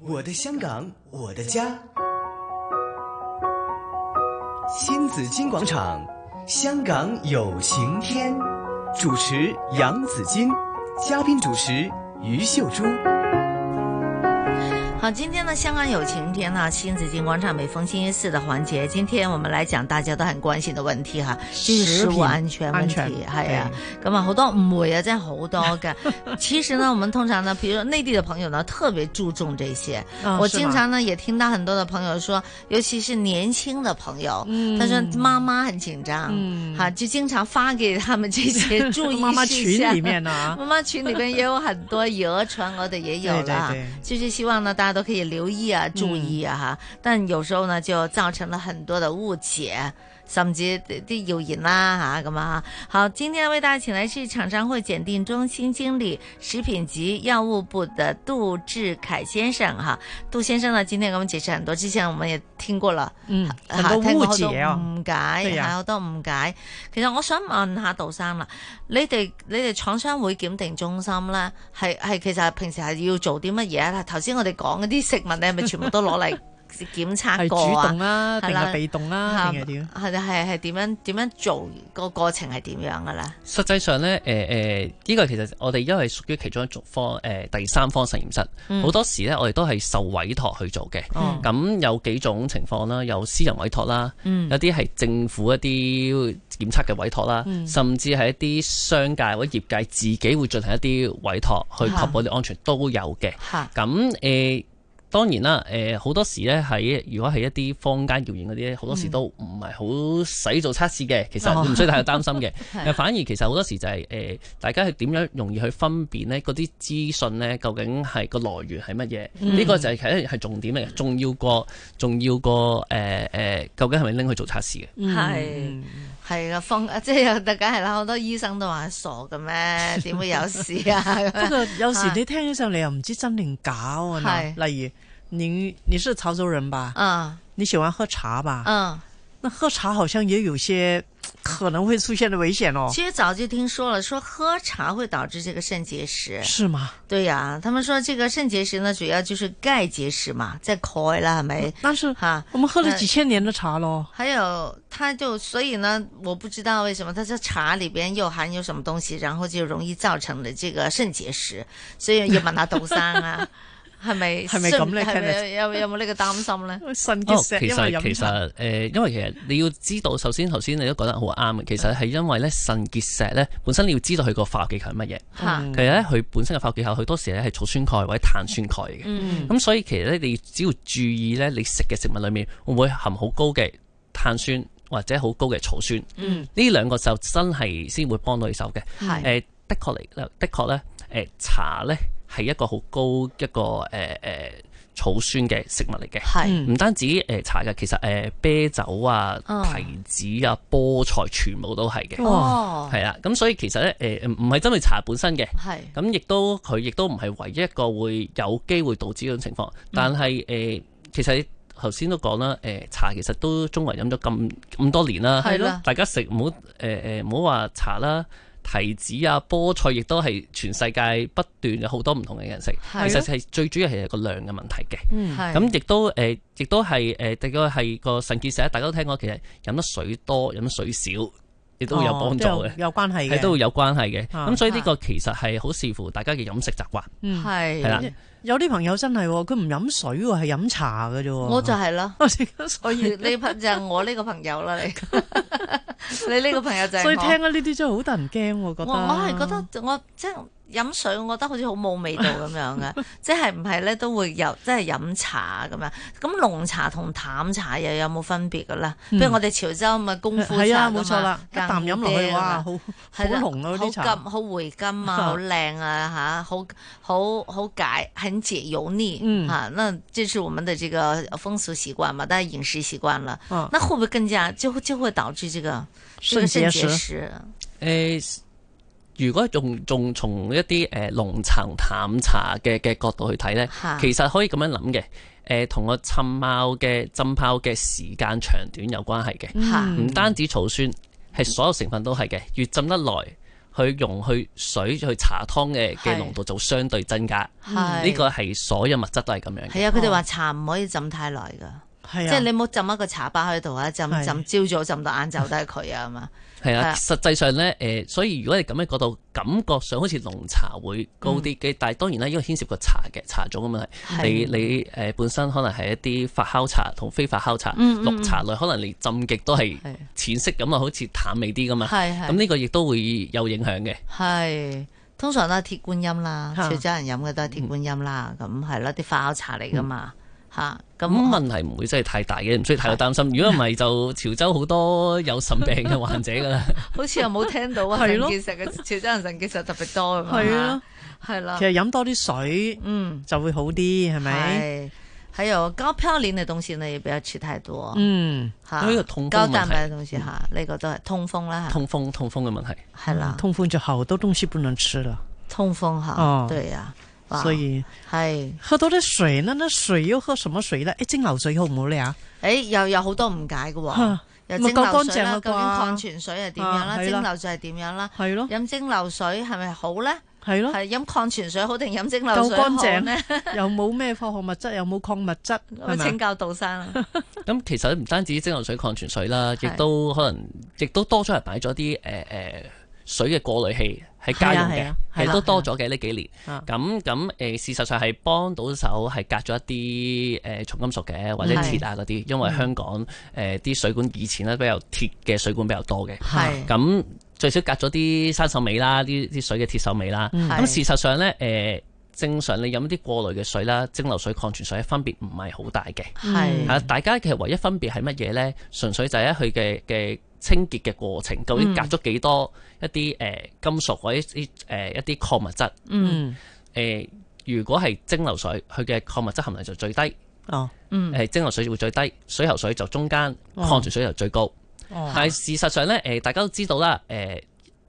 我的香港，我的家。新紫金广场，香港有晴天。主持杨紫金，嘉宾主持于秀珠。好，今天呢，香港有晴天呢、新紫金广场每逢星期四的环节，今天我们来讲大家都很關心嘅問題哈，就是食物安全問題，食品安係全啊，咁啊好多誤會啊，真係好多嘅。 其實呢，我們通常呢，比如內地的朋友呢，特別注重這些。嗯我是經嗎常呢也聽到很多的朋友說，尤其是年輕的朋友，嗯他說媽媽很緊張，嗯哈，就經常發給他們這些注意 妈妈事项群里面啊呢 妈妈群里边也有很多谣传，我哋也有了，对对嗯就是希望呢大家都可以留意啊、注意啊哈。但有时候呢就造成了很多的误解。甚至啲啲谣言啦吓咁啊！好，今天为大家请来是厂商会检定中心经理、食品及药物部的杜志凯先生哈。杜先生呢，今天给我们解释很多，之前我们也听过了，嗯，啊很多聽過误好解啊，誤解對係啊好多誤解。其實我想問下杜生啦，你哋你哋廠商會檢定中心咧，係係其實平時係要做啲乜嘢咧？啊頭先我哋講嗰啲食物，你係咪全部都攞嚟 檢測系主過動啊？啦，定係啦係被動啦，係定係點？係係係點樣點樣做個過程係點樣嘅咧？實際上咧，誒、誒，呢、個其實我哋因為屬於其中一種方誒、第三方實驗室，好、嗯多時咧我哋都係受委託去做嘅。哦咁有幾種情況啦，有私人委託啦，嗯有啲係政府一啲檢測嘅委託啦，嗯甚至係一啲商界或者業界自己會進行一啲委託去確保啲安全都有嘅。嚇咁誒、當然啦，誒、好多時咧喺如果係一啲坊間謠言嗰啲咧，好多時都唔係好使做測試嘅，其哦實唔需要太過擔心 嘅。係反而其實好多時就係、誒、大家係點樣容易去分辨呢嗰啲資訊呢，究竟係個來源係乜嘢？呢、嗯個就係其實係重點嚟嘅，重要過重要過誒誒，究竟係咪拎去做測試嘅？嗯係嗯係啦，放 即係大家係啦，好多醫生都話傻嘅咩？點會有事啊？不過有時你聽起上嚟又唔知真定假喎。嗱，係例如你你是潮州人吧？嗯你喜歡喝茶吧？嗯。那喝茶好像也有些可能會出現的危險哦，其实早就听说了，说喝茶会导致这个肾结石。是嗎？对呀、他们说这个肾结石呢，主要就是钙结石嘛，在钙啦，系咪？但是哈我們喝了那幾千年的茶咯。还有，它就所以呢，我不知道为什么它这茶里边又含有什么东西，然后就容易造成了这个肾结石，所以要问下杜生 啊，系咪係咪咁呢信係咪 Kenneth？有有冇呢个担心咧？腎哦，結石其因為實飲其茶，實誒、呃因為其實你要知道，首先頭先你都講得好啱嘅，其實係因為咧腎結石咧本身你要知道佢個化學結構係乜嘢。吓，嗯其實咧，佢本身嘅化學結構，佢多時咧係草酸鈣或者碳酸鈣嘅。嗯咁、所以其實咧，你只要注意咧，你食嘅食物裏面會唔會含好高嘅碳酸或者好高嘅草酸？嗯，呢兩個就真係先會幫到你手嘅。系誒、的確嚟，的確咧，誒、茶咧係一個好高一個誒誒、呃草酸嘅食物嚟嘅。系嗯唔單止誒、呃茶嘅，其實誒、呃啤酒啊、哦提子啊、菠菜全部都係嘅。哦，係啦，咁所以其實咧，誒、唔係針對茶本身嘅，系咁亦都佢亦都唔係唯一一個會有機會導致呢種情況，但係誒、其實你頭先都講啦，誒、呃茶其實都中國人飲咗咁咁多年啦，係咯大家食唔好誒誒唔好話茶啦。提子啊、菠菜亦都係全世界不斷有好多唔同嘅人食，其係實係最主要係個量嘅問題嘅。嗯系咁亦都誒，亦都係誒，第個係個腎結石，大家都聽過，其實飲得水多、飲得水少，亦都有幫助哦都嘅有。有關係係嘅，都會有關係嘅。啊咁所以呢個其實係好視乎大家嘅飲食習慣。嗯系係啦有啲朋友真係喎，佢唔飲水喎，係飲茶嘅啫喎。我就係啦。係，哦所以呢朋就係我呢個朋友啦，你 你呢個朋友就係 所以我聽啊啊呢啲真係好得人驚喎，我覺得我我係 覺得我即係飲水，我覺得好似好冇味道咁樣嘅， 即係唔係咧都會有即係飲茶咁樣。咁濃茶同淡茶又有冇分別嘅咧？嗯譬如我哋潮州咪功夫茶係啊，㗎嘛冇錯啦，一啖飲落間去烏哇，嗲㗎嘛好好係啦濃啊好啲茶金，好回甘 啊，好靚啊吓，好好好解很解油膩、嗯啊。那这是我们的这个风俗習慣嘛，大家飲食習慣了，啊那會不會更加就會就會導致這個這個腎腎結結石石？誒，如果仲仲從一啲誒濃茶同淡茶嘅嘅角度去睇呢，嚇其實可以咁樣諗嘅。誒，同個浸泡嘅浸泡嘅時間長短有關係嘅，嚇嗯唔單止草酸，係所有成分都係嘅。越浸得耐，去用去水去茶湯嘅嘅係濃度就相對增加。嗯係呢個係所有物質都係咁樣嘅。係啊，佢哋哦話茶唔可以浸太耐㗎。係即啊係你冇浸一個茶包喺度啊，浸係浸朝早浸到晏晝都係佢啊 嘛，係係啊啊，實際上咧，誒、所以如果你咁樣嗰度，感覺上好似濃茶會高啲嘅，但係當然啦，因為牽涉個茶嘅茶種嘅問題，嗯你係你誒、本身可能係一啲發酵茶同非發酵茶、嗯嗯綠茶類，可能你浸極都係係淺色咁啊，好似淡味啲噶嘛。係咁係呢個亦都會有影響嘅。係。通常都係鐵觀音啦，嚇潮州人飲嘅都係鐵觀音啦，咁嗯係啦，啲花膠茶嚟噶嘛，嚇咁咁問題唔會真係太大嘅，唔需要太過擔心。如果唔係，就潮州好多有腎病嘅患者㗎啦。 好似又冇聽到 啊，係腎結咯石嘅潮州人腎結石特別多㗎嘛，係啊，係啦其，實飲多啲水嗯，就會好啲，係咪？係。還有高嘌呤嘅東西呢，也不要吃太多，嗯，嚇呢個痛風高問題蛋白嘅東西嚇，呢個都係通風啦， 嚇通風通風嘅問題。係啦，痛嗯風就好多東西不能吃了，通風嚇哦，對啊，哇所以係。喝多啲水呢？那水又喝什麼水呢？誒，哎蒸餾水好唔好咧啊？誒又有好多誤解嘅喎嚇，又蒸咪餾夠水乾淨啦，究啦啩竟礦泉水係點樣啦？啊蒸係啦餾水係點樣啦？係咯，飲蒸餾水係咪好咧？係咯，係飲礦泉水好定飲蒸餾夠水乾好淨 咧？，又冇咩化學物質，又冇礦物質，係咁請咪？教杜生啊，咁其實唔單止蒸餾水、礦泉水啦，亦係都可能，亦都多咗人買咗啲誒誒水嘅過濾器喺家用係啊係嘅啊，其係實啊都多咗嘅呢幾年。啊咁咁誒，事實上係幫到手，係隔咗一啲誒呃重金屬嘅或者嗯鐵啊嗰啲，因為香港誒啲水管以前咧比較鐵嘅水管比較多嘅，係咁最少隔咗啲生鏽尾啦，啲啲水嘅鐵鏽尾啦。嗯咁事實上咧誒。正常你飲啲過濾嘅水啦，蒸餾水、礦泉水分別唔係好大嘅。嗯係係啊，大家其實唯一分別係乜嘢咧？純粹就係佢嘅嘅清潔嘅過程，究嗯竟隔咗幾多一啲誒、呃金屬或者啲誒一啲礦物質？誒、嗯嗯，如果係蒸餾水，佢嘅礦物質含量就最低，誒、哦，嗯蒸餾水會最低，水喉水就中間，哦礦泉水就最高。哦，但係事實上咧，誒、大家都知道啦，誒、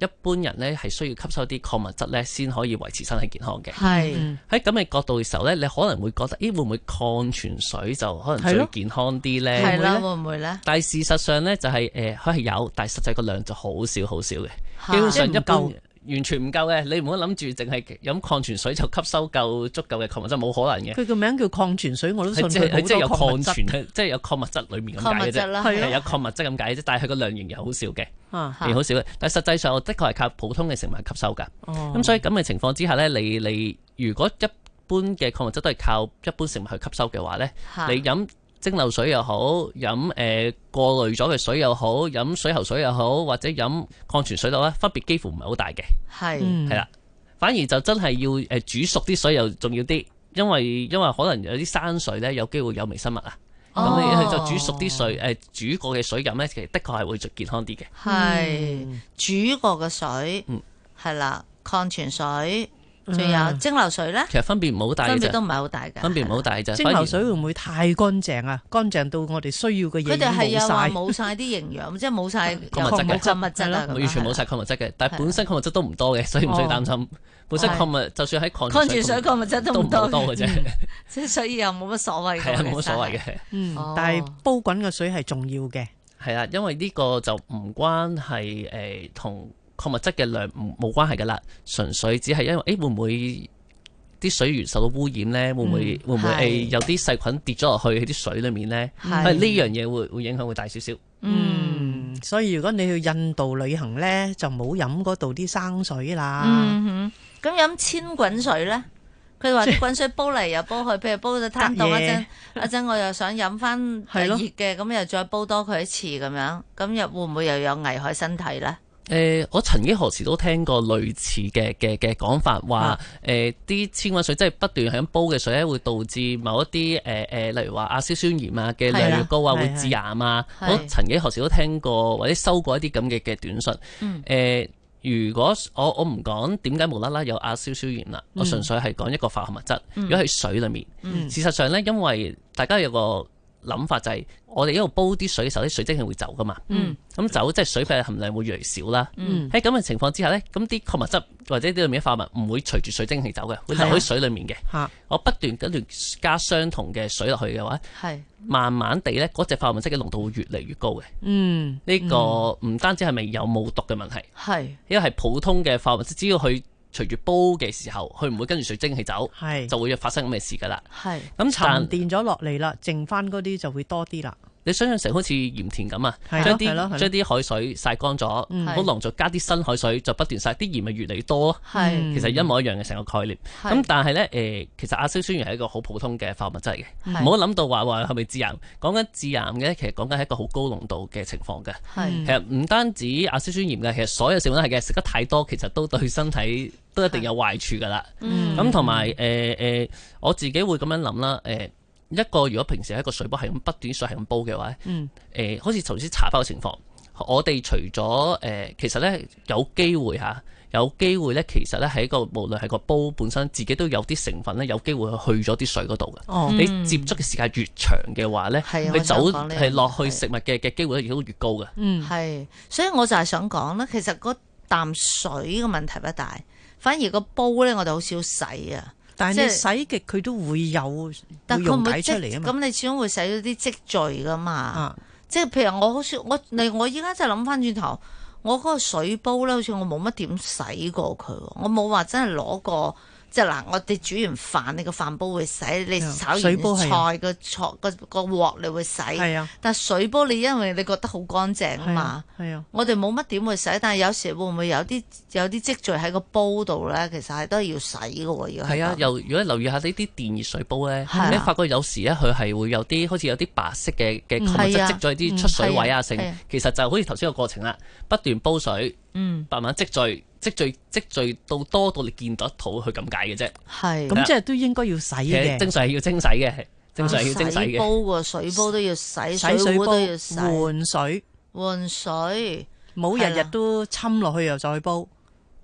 一般人咧係需要吸收啲礦物質咧，先可以維持身體健康嘅。係嗯喺咁嘅角度嘅時候咧，你可能會覺得，咦會唔會礦泉水就可能係最咯啊健康啲咧？係啦，會唔會咧？但係事實上咧，就係誒佢係有，但係實際個量就好少好少嘅，嗯基本嚇上即一般係唔夠完全唔夠嘅。你唔好諗住淨係飲礦泉水就吸收夠足夠嘅礦物質，冇可能嘅。佢個名叫礦泉水，我都信佢即係佢好佢即係有多礦物礦質泉，即係有礦物質裡面咁礦解物嘅質啫。啦，係係啊咯有礦物質咁解啫，但係佢個量仍然好少嘅，啊，仍然好少嘅。但係實際上，我的確係靠普通嘅食物吸收㗎。哦咁所以咁嘅情況之下咧，你你如果一般嘅礦物質都係靠一般食物去吸收嘅話咧，嚇你飲蒸餾水又好，飲誒、呃、過濾咗嘅水又好，飲水喉水又好，或者飲礦泉水度咧，分別幾乎唔係好大嘅，係嗯係啦、反而就真係要誒、呃煮熟啲水又重要啲，因為因為可能有啲山水咧有機會有微生物啊，咁、哦你就煮熟啲水誒、呃煮過嘅水飲咧，其實的確係會最健康啲嘅。係煮過嘅水嗯，係啦，礦泉水，仲有嗯蒸餾水咧，其實分別唔好大嘅分別都啫，唔係好大嘅，分別唔係啦好大嘅啫。蒸餾水會唔會太乾淨啊？乾淨到我哋需要嘅嘢 佢已哋係經啊，話冇晒。冇晒啲營養，即係冇 晒有礦物質嘅礦物質啦，咁樣完全冇。係晒礦物質嘅，但係係本身礦物質都唔多嘅，所以唔需要擔心。本身礦物就算喺啦礦礦泉泉水水礦物質都都唔唔多多，嘅啫，即係所以又冇乜所謂嘅。係啊，冇乜所謂其實係。嘅。嗯哦，但係煲滾嘅水係重要嘅。係啦，因為呢個就唔關係誒同礦物質嘅量唔冇關係㗎啦，純粹只係因為誒、欸、會唔會啲水源受到污染咧？會唔會、會唔會誒、嗯係有啲細菌跌咗落去啲水裡面咧？係係呢樣嘢會會影響會大少少。嗯嗯，所以如果你去印度旅行咧，就唔好飲嗰度啲生水啦。嗯哼，咁飲千滾水咧？佢話啲滾水煲嚟又煲去，譬如煲到攤凍隔一陣夜， 一陣我又想飲翻熱係咯嘅，咁又再煲多佢一次咁樣，咁又會唔會又有危害身體咧？誒、呃我曾經何時都聽過類似嘅嘅嘅講法，話誒啲纖滾水即係不斷喺煲嘅水咧，會導致某一啲誒誒，例如話亞硝酸鹽啊嘅量越高啊，係啊會係致癌啊。係我曾經何時都聽過或者收過一啲咁嘅嘅短信。誒、嗯如果我我唔講點解無啦啦有亞硝酸鹽啦，我純粹係講一個化學物質，如果喺水裡面，嗯事實上咧，因為大家有個諗法就係、我哋一路煲啲水嘅時候，啲水蒸氣會走噶嘛。嗯咁走即係水分含量會越嚟越少啦。嗯喺咁嘅情況之下呢，咁啲礦物質或者呢裏面嘅化物唔會隨住水蒸氣走嘅，會留係啊喺水裡面嘅。嚇我不斷不斷加相同嘅水落去嘅話，係慢慢地呢，嗰隻化學物質嘅濃度會越嚟越高嘅。嗯呢、個唔單止係咪有冇毒嘅問題，係因為係普通嘅化學物質，只要佢隨住煲嘅時候，佢唔會跟住水蒸氣走，係就會發生咁嘅事㗎啦。係咁但沉澱咗落嚟啦，剩翻嗰啲就會多啲啦。你想象成好似鹽田咁啊，係咯將係咯係啲咯將啲海水曬乾咗，嗯好濃就加啲新海水，就不斷曬，啲鹽咪越嚟越多咯。係嗯其實一模一樣嘅成個概念。係咁但係咧，誒、其實亞硝酸鹽係一個好普通嘅化學物質嚟嘅，嗯唔係好諗到話話係咪致癌。講緊致癌嘅，其實講緊係一個好高濃度嘅情況嘅。係嗯嗯其實唔單止亞硝酸鹽嘅，其實所有食物都係嘅，食得太多其實都對身體都一定有壞處㗎啦。嗯咁同埋誒誒，我自己會咁樣諗啦。誒、呃一個如果平時喺一個水煲係咁不斷水係咁煲嘅話，誒、嗯好似頭先茶包嘅情況，我哋除咗誒、呃其實咧有機會嚇，有機會咧，其實咧喺個無論係個煲本身自己都有啲成分咧，有機會去咗啲水嗰度嘅。哦你接觸嘅時間越長嘅話咧係啊，你我想走講呢樣係落係去食物嘅嘅機會咧亦都越高嘅。嗯係，所以我就係想講咧，其實嗰啖水嘅問題不大，反而個煲咧我哋好少洗啊。但即係係你洗極佢都會有但會佢唔溶會積解出嚟啊嘛。咁你始終會使到啲積聚噶嘛。啊，即係譬如我好似我你我依家真係諗翻轉頭，我嗰個水煲咧，好似我冇乜點洗過佢喎，我冇話真係攞過。即係嗱，我哋煮完飯，你個飯煲會洗，你嗯炒水煲完係啊菜個菜個個鑊你會洗，係啊，但係水煲你因為你覺得好乾淨啊係嘛啊，，係啊，我哋冇乜點會洗，但係有時會唔會有啲有啲積聚喺個煲度咧？其實係都係要洗嘅喎，要係啊，咁又如果留意下呢啲電熱水煲咧係啊，你發覺有時咧佢係會有啲好似有啲白色嘅嘅礦物係啊質積咗喺啲出水位係啊啊，係成啊其實就好似頭先個過程啦，不斷煲水，嗯慢慢積聚、積聚、積聚到多到你見得到佢咁解嘅啫。係啊咁即係都應該要洗其實精嘅，髓係要精洗嘅，精髓係要精洗啊洗嘅煲。喎，水煲都要洗，洗水水壺煲都要洗，換水，換水。冇係日啦日都侵落去又再煲。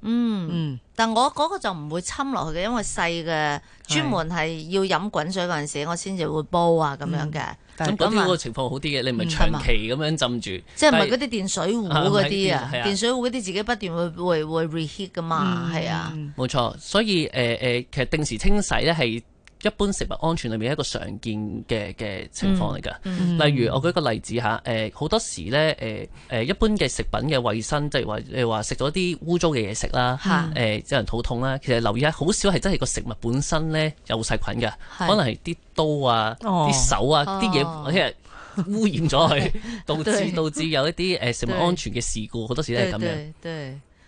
嗯，嗯，但我嗰個就唔會侵落去嘅，因為細嘅係專門係要飲滾水嗰陣時，我先至會煲啊咁樣嘅，但係咁嗰咁啊啲個情況好啲嘅，你唔嗯係係嘛長期咁樣浸住，即係唔係但嗰啲電水壺嗰啲啊啊唔係電？係啊電水壺嗰啲自己不斷會會會 reheat 噶嘛，嗯係啊，冇錯，所以誒誒、呃其實定時清洗咧係一般食物安全裏面一個常見嘅嘅情況嚟㗎。嗯例如我舉個例子嚇，誒、呃好多時咧誒誒一般嘅食品嘅衞生，即係話誒話食咗啲污糟嘅嘢食啦，嚇誒、有人肚痛啦，其實留意下，好少係真係個食物本身咧有細菌㗎，係可能係啲刀啊、啲、哦手啊、啲嘢、哦即係污染咗佢， 導對致導致有一啲誒食物安全嘅事故，好多時都係對咁樣。對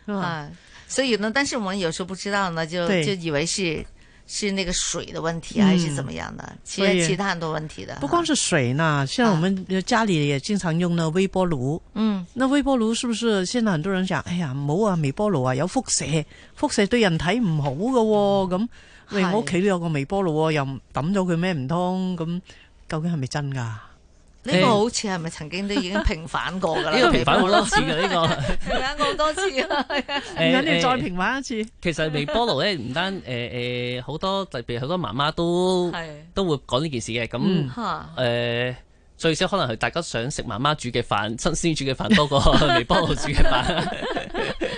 對，啊啊，所以呢，但是我們有時候不知道呢，就對就以為是是那個水的問題啊嗯還是怎麼樣的，其所實以其他很多問題的。啊不光是水呢，像我们家里也经常用那微波炉。嗯那微波炉是不是現在很多人講？哎呀，唔好啊，微波爐啊，有輻射，輻射對人體唔好嘅喎。咁喂，係我屋企都有個微波爐喎，又唔抌咗佢咩唔通？咁究竟係咪真㗎？呢個好似係咪曾經都已經平反過㗎啦？呢個平反好多次嘅呢 個。呃平反過好多次啊啦。唔誒緊要，再誒平反一次。其實微波爐咧，唔單誒誒好多特別好多媽媽都係都會講呢件事嘅。咁誒、嗯嚇最少可能係大家想食媽媽煮嘅飯，新鮮煮嘅飯多 過微波爐煮嘅啊飯。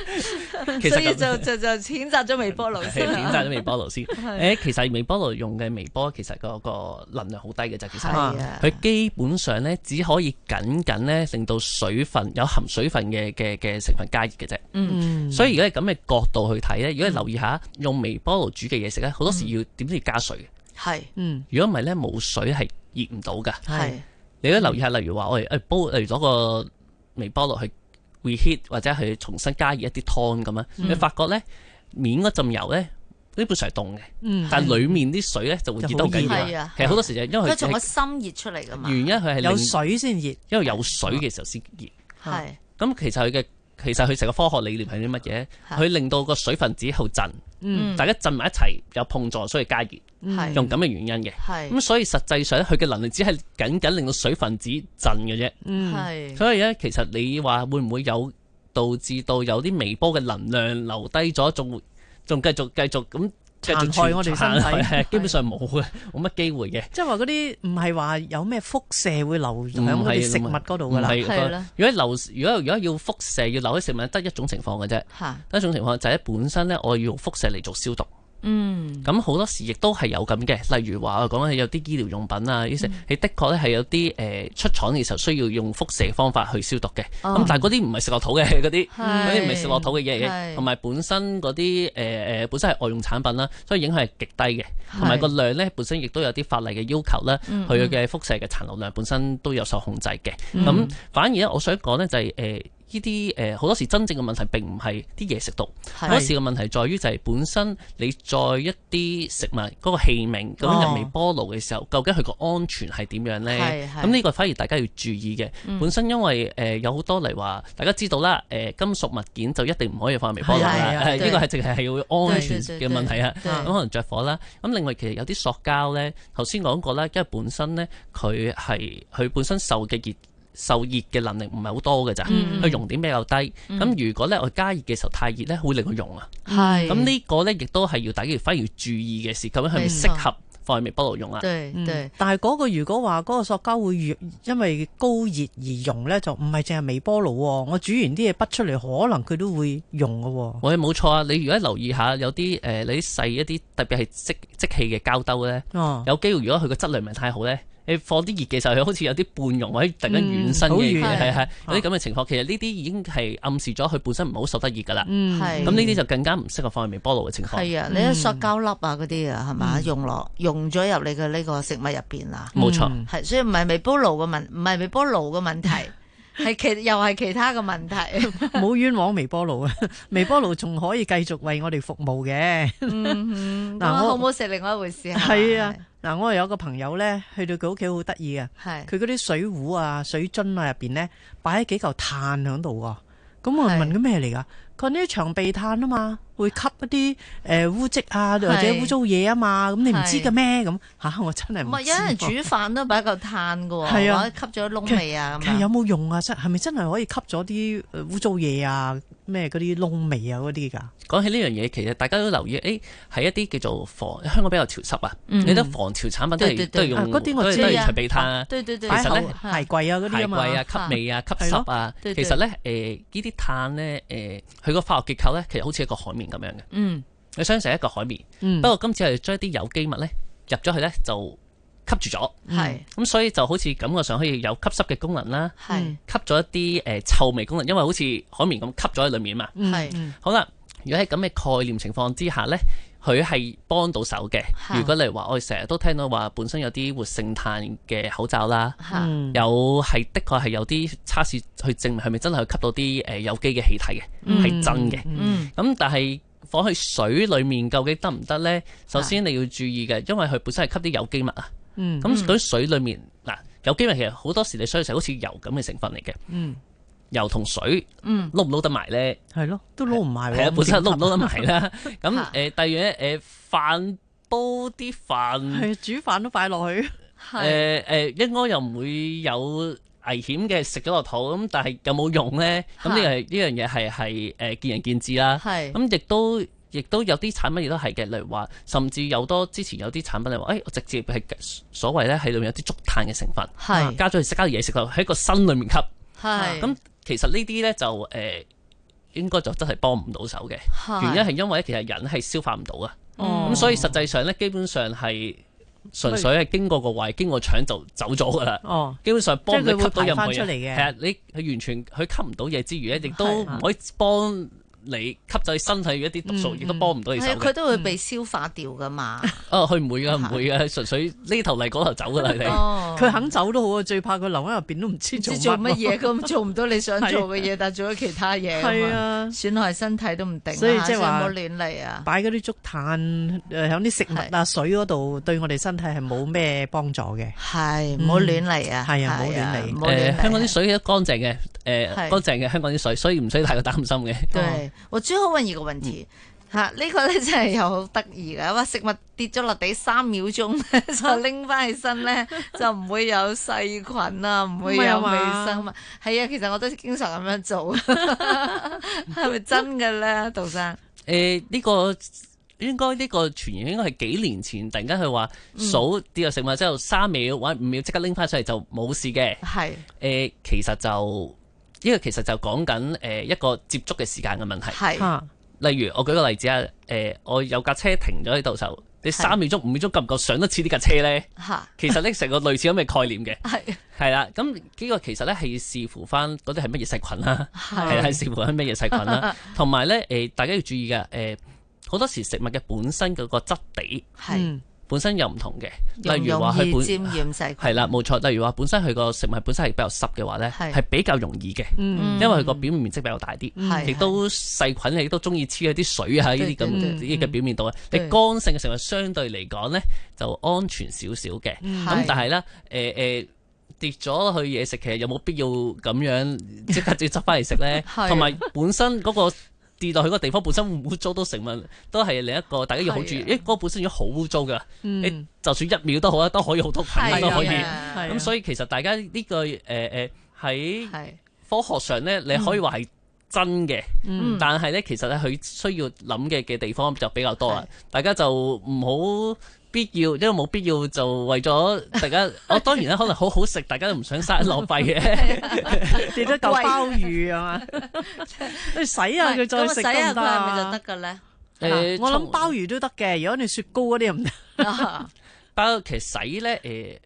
其所實以咁就就就譴責咗微波爐係先點啦。曬咗微波爐先。誒、其實微波爐用嘅微波其實個個能量好低嘅啫，其實係啊佢基本上咧只可以僅僅咧令到水分有含水分嘅嘅嘅成分加熱嘅啫。嗯，所以如果係咁嘅角度去睇咧，如果你留意下用微波爐煮嘅嘢食咧，好多時要點都要加水嘅。係嗯如果唔係咧，冇水係熱唔到噶。係你都留意下，例如話我哋誒煲，例如攞個微波爐去 reheat 或者去重新加熱一啲湯咁樣，你發覺咧面嗰浸油咧。基本上係凍嘅，嗯，但係裡面啲水咧就會熱得好緊就好熱要係啊啊。其實好多時就係因為佢從個佢心熱出嚟㗎嘛係，原因佢係有令水先熱。因為有水嘅時候先熱。係咁其實佢嘅其實佢成個科學理念係啲乜嘢？係佢令到個水分子好震，嗯大家震埋一齊有碰撞，所以加熱，係用咁嘅原因嘅。係咁所以實際上佢嘅能力只係僅僅令到水分子震嘅啫。嗯，係所以咧，其實你話會唔會有導致到有啲微波嘅能量留低咗，仲仲繼續繼續咁繼續殘害我哋傳身體殘害基本上冇嘅，冇乜機會嘅。即係話嗰啲唔係話有咩輻射會留唔喺我哋食物嗰度㗎啦。係係啦如果留，如果如果要輻射要留喺食物，得一種情況嘅啫。吓，得一種情況就係本身咧，我要用輻射嚟做消毒。嗯，咁好多時亦都係有咁嘅，例如話我講緊有啲醫療用品啊，於嗯是你的確咧係有啲誒、呃出廠嘅時候需要用輻射方法去消毒嘅。咁、哦但係嗰啲唔係食落肚嘅 嗰啲，係嗰啲唔係食落肚嘅嘢係嘅，同埋本身嗰啲誒誒本身係外用產品啦，所以影響係極低嘅，係同埋個量咧本身亦都有啲法例嘅要求啦，嗯佢嘅輻射嘅殘留量本身都有受控制嘅。咁、嗯反而咧，我想講咧就係、誒。呢啲誒好多時真正嘅問題並唔係啲嘢食毒，係好多時嘅問題在於就係本身你載一啲食物嗰個器皿究竟哦入微波爐嘅時候，究竟佢個安全係點樣呢？係係嗯咁呢個反而大家要注意嘅。本身因為誒、呃有好多嚟話，大家知道啦，誒、金屬物件就一定唔可以放入微波爐係啦啊。呃對呢個係淨係係會安全對對嘅對對問題啊。對咁可能着火啦。咁另外其實有啲塑膠呢，頭先講過啦，因為本身呢，佢係佢本身受嘅熱受熱嘅能力唔係好多嘅咋，佢、嗯熔點比較低。咁、如果呢，我加熱嘅時候太熱呢，會令佢溶啊。係咁呢個呢，亦都係要大家反而要注意嘅事，究竟係咪適合放喺微波爐用啦？啊對嗯對，但係嗰個如果話嗰個塑膠會溶因為高熱而溶咧，就唔係淨係微波爐喎。我煮完啲嘢畢出嚟，可能佢都會溶嘅喎。我哋冇錯啊！你如果留意下，有啲誒、呃你啲細一啲，特別係即即氣嘅膠兜呢， 哦，有機會如果佢個質量唔係太好呢，你放啲熱嘅時候，佢好似有啲半溶或者突然間軟身嗯好嘅，軟係係啊有啲咁嘅情況。其實呢啲已經係暗示咗佢本身唔好受得熱㗎啦。嗯係咁呢嗯啲就更加唔適合放喺微波爐嘅情況。係啊，你啲塑膠粒啊嗰啲啊，係嘛，用落用咗入你嘅呢個食物入邊啦，冇啊錯。嗯係，所以唔係微波爐嘅問，唔係微波爐嘅問 題，係其又係其他嘅問題。冇冤枉微波爐啊！ 微波爐仲可以繼續為我哋服務嘅。嗯哼，嗱咁我好唔好食另外一回事係啊，，嗱，我有個朋友咧，去到佢屋企好得意啊。係佢嗰啲水壺啊、水樽啊入邊咧，擺咗幾嚿炭喺度喎。咁我係問佢咩嚟㗎？佢話呢啲長備炭啊嘛，會吸一啲誒污跡啊，或者係污糟嘢啊嘛。咁你唔知嘅咩？咁嚇、我真係唔唔係知有喎。人煮飯都擺嚿炭嘅喎，係啊或者吸咗窿味啊咁其實有樣。冇用啊？真係咪真係可以吸咗啲呃污糟嘢啊？咩嗰啲窿味啊嗰啲㗎？講起呢樣嘢，其實大家都留意，誒係一啲叫做防香港比較潮濕啊，嗯你得防潮產品都對對係都係對用啊嗰啲我都知係啊都係除鼻炭啊。對對對，擺其實後呢鞋櫃啊嗰啲鞋啊嘛。櫃啊、吸味啊、吸濕啊，對其對實咧，誒呢啲碳咧，誒佢個化學結構咧，其實好似一個海綿咁樣嘅，嗯，你想成一個海綿，嗯不過今次係將一啲有機物咧入咗去咧就吸住咗，係咁所以就好似感覺上可以有吸濕嘅功能啦，係吸咗一啲誒、呃臭味功能，因為好似海綿咁吸咗喺裡面嘛。係嗯好啦，如果喺咁嘅概念情況之下呢，佢係幫到手嘅嚇。如果例如話，我哋成日都聽到話，本身有啲活性炭嘅口罩啦，嚇嗯有係的確係有啲測試去證明係咪真係吸到啲誒有機嘅氣體嘅，係、真嘅。嗯咁但係放喺水裡面究竟得唔得呢？首先你要注意嘅，因為佢本身係吸啲有機物啊。啊嗯咁嗰啲水裡面嗱，有機物其實好多時你需要食好似油咁嘅成分嚟嘅，嗯油同水嗯撈唔撈得埋呢？係咯，都撈唔埋喎。係啊，本身咁點撈唔撈得埋 啦。咁嚇啊誒，第二咧誒，飯煲啲飯係啊煮飯都擺落 去，係誒啊誒，呃應該又唔會有危險嘅食咗落肚，咁但係有冇用咧？咁嚇呢樣呢樣嘢係係誒見仁見智啦。係咁亦都亦都有啲產品亦都係嘅，例如話，甚至有多之前有啲產品係話，哎誒我直接係所謂咧係裏面有啲竹炭嘅成分，啊係加咗去加嘢食落喺個身裏面吸。係咁其實呢啲咧就誒應該就真係幫唔到手嘅。原因係啊係因為其實人係消化唔到啊，哦嗯咁所以實際上咧，基本上係純粹係經過個胃、經過腸就走咗噶啦。哦，基本上幫唔即係佢到會吸到任何排返出嚟嘢，嘅嗯係啊，你佢完全佢吸唔到嘢之餘咧，亦都係啊唔可以幫你吸走你身體嘅一啲毒素，嗯亦都幫唔到你手係啊佢嘅。都會被消化掉噶 嘛。啊，佢唔會噶，唔會噶，純粹呢頭嚟嗰頭走噶啦，你。哦佢肯走都好啊，最怕佢留喺入邊都唔知唔做知做乜嘢，喎。咁做唔到你想做嘅嘢，但做咗其他嘢，係，啊，損害身體都唔定啊，所以即係所話以唔好亂嚟啊。擺嗰啲竹炭誒喺啲食物啊、水嗰度，對我哋身體係冇咩幫助嘅。係唔好亂嚟啊！係啊唔好亂嚟唔好亂誒，嚟。香港啲水都乾淨嘅，誒係乾淨嘅香港啲水，所以唔需要太過擔心嘅。哦對，我最後問一個問題。嗯吓，呢 個咧真係又好得意嘅，哇！食物跌咗落地三秒鐘 咧，就拎翻起身咧，就唔會有細菌啊，唔會有微生物。係啊，其實我都經常咁樣 做，係咪真嘅咧，杜生？呃誒呢、個應該呢個傳言應該係幾年前突然間佢話嗯數跌落食物之後三秒或者五秒即刻拎翻出嚟就冇事嘅。係誒、其實就呢個其實就講緊誒一個接觸嘅時間嘅問題。係嚇例如我舉個例子啊，誒、我有架車停咗喺度時候，你係三秒鐘五秒鐘夠唔夠上得似呢架車呢？嚇其實呢，成個類似咁嘅概念嘅，係係啦。咁呢個其實呢，係視乎翻嗰啲係乜嘢細菌啦，係啦，係係視乎緊乜嘢細菌 啦。同埋呢，誒、大家要注意嘅，誒、好多時食物嘅本身嗰個質地係，嗯本身有唔同嘅，容例如話容易佢沾本染細菌，係啦，冇錯。例如話本身佢個食物本身係比較濕嘅話呢，係係比較容易嘅。嗯因為佢個表面面積比較大啲，係亦都細菌亦都中意黐喺啲水喺呢啲咁對對對呢嘅表面度啊。你對乾性嘅食物相對嚟講咧就安全少少嘅，咁係？但係咧誒誒。跌咗去嘢食，其實有冇必要咁樣即刻要執翻嚟食咧 係同埋本身嗰個跌落去嗰個地方本身會唔會污糟都成問，都係另一個大家要好注意。係因啊為嗰個本身已經好污糟噶，你嗯，就算一秒都好啦，都可以好多菌都可以。係咁啊係啊所以其實大家呢句誒誒喺係科學上咧，你可以話係真嘅，嗯但係咧其實咧佢需要諗嘅嘅地方就比較多啦。大家就唔好必要，因為冇必要就為咗大家，我、當然啦，可能好好食，大家都唔想嘥浪費嘅。啊跌咗嚿鮑 魚啊嘛，你洗下佢再咁食洗下得佢唔得係咪啊就得㗎咧？誒我諗從鮑魚都得嘅，如果你雪糕嗰啲又唔得。包其實洗咧誒。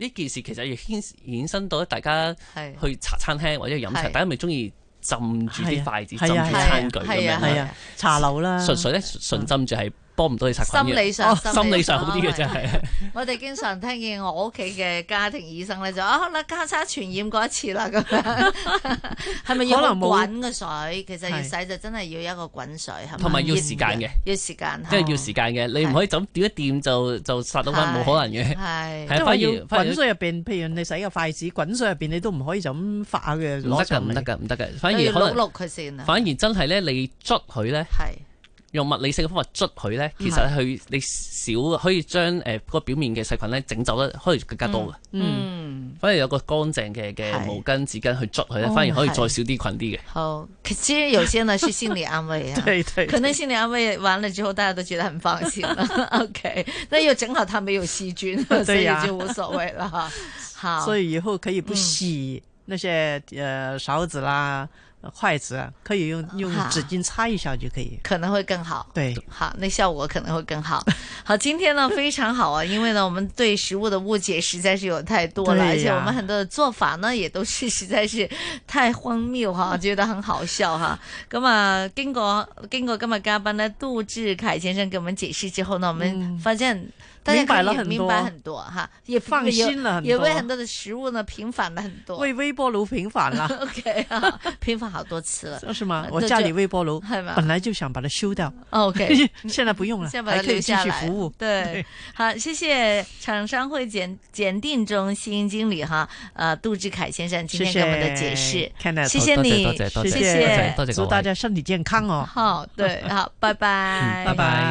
呢件事其實亦牽衍生到大家係去茶餐廳或者飲茶，係大家咪中意浸住啲筷子、係浸啊住係啊餐具咁係啊樣係係啦，啊，茶樓啦，純粹咧純浸住係幫唔到你殺菌心嘅。理哦上心理上好啲嘅真係。係。我哋經常聽見我屋企嘅家庭醫生咧就啊啦交叉傳染過一次啦咁 樣，係咪要可好能冇滾嘅水？其實要洗就真係要一個滾水係咪？同埋要時間嘅，要時間即係要時間嘅，你唔可以就咁掂一掂就就殺到菌，冇可能嘅。係係因為要反而反而滾水入邊，譬如你洗個筷子，滾水入邊你都唔可以就咁化嘅，唔得攞㗎，上唔得嚟。㗎，唔得㗎。反都要而可碌能，碌佢先啊。反而真係咧，你捽佢咧，係用物理性嘅方法捽佢咧，其實佢你少可以將誒個表面嘅細菌咧整走得可以更加多嘅。嗯，嗯反而有個乾淨嘅嘅係毛巾、紙巾去捽佢咧，哦反而可係以再少啲菌啲嘅。好，可其實有些呢是心理安慰 啊。 對對，可能心理安慰完了之後，大家都覺得很放心了。OK，那 又正好他沒有細菌，所對以呀就無所謂了哈。好，嗯所以以後可以不洗那些呃勺子啦、筷子啊，可以用用哈纸巾擦一下就可以。可能會更好。對，好，那效果可能會更好。 好，今天呢非常好啊，因为呢我们对食物的误解实在是有太多了，对呀而且我们很多的做法呢也都是实在是太荒谬 哈，觉得很好笑哈。咁啊，经过经过今日嘉宾呢杜志凯先生给我们解释之后呢，我们发现大家嗯明可白了以很多明白很多哈，也放心了很多也为很多的食物呢平反了很多。，喂，微波炉平反啦 OK 啊，平反好多次 了。是吗？那我就家里微波炉是吗本来就想把它修掉， OK。 现在不用 了先，把它嗯还可留以继下续来。服务。对，好，谢谢厂商会检检定中心经理哈，呃，杜志凯先生今天谢谢给我们的解释， Kenneth 谢谢你，多謝多謝多謝谢多謝谢多謝各位祝大家身体健康哦，好，对，好，拜拜，嗯拜拜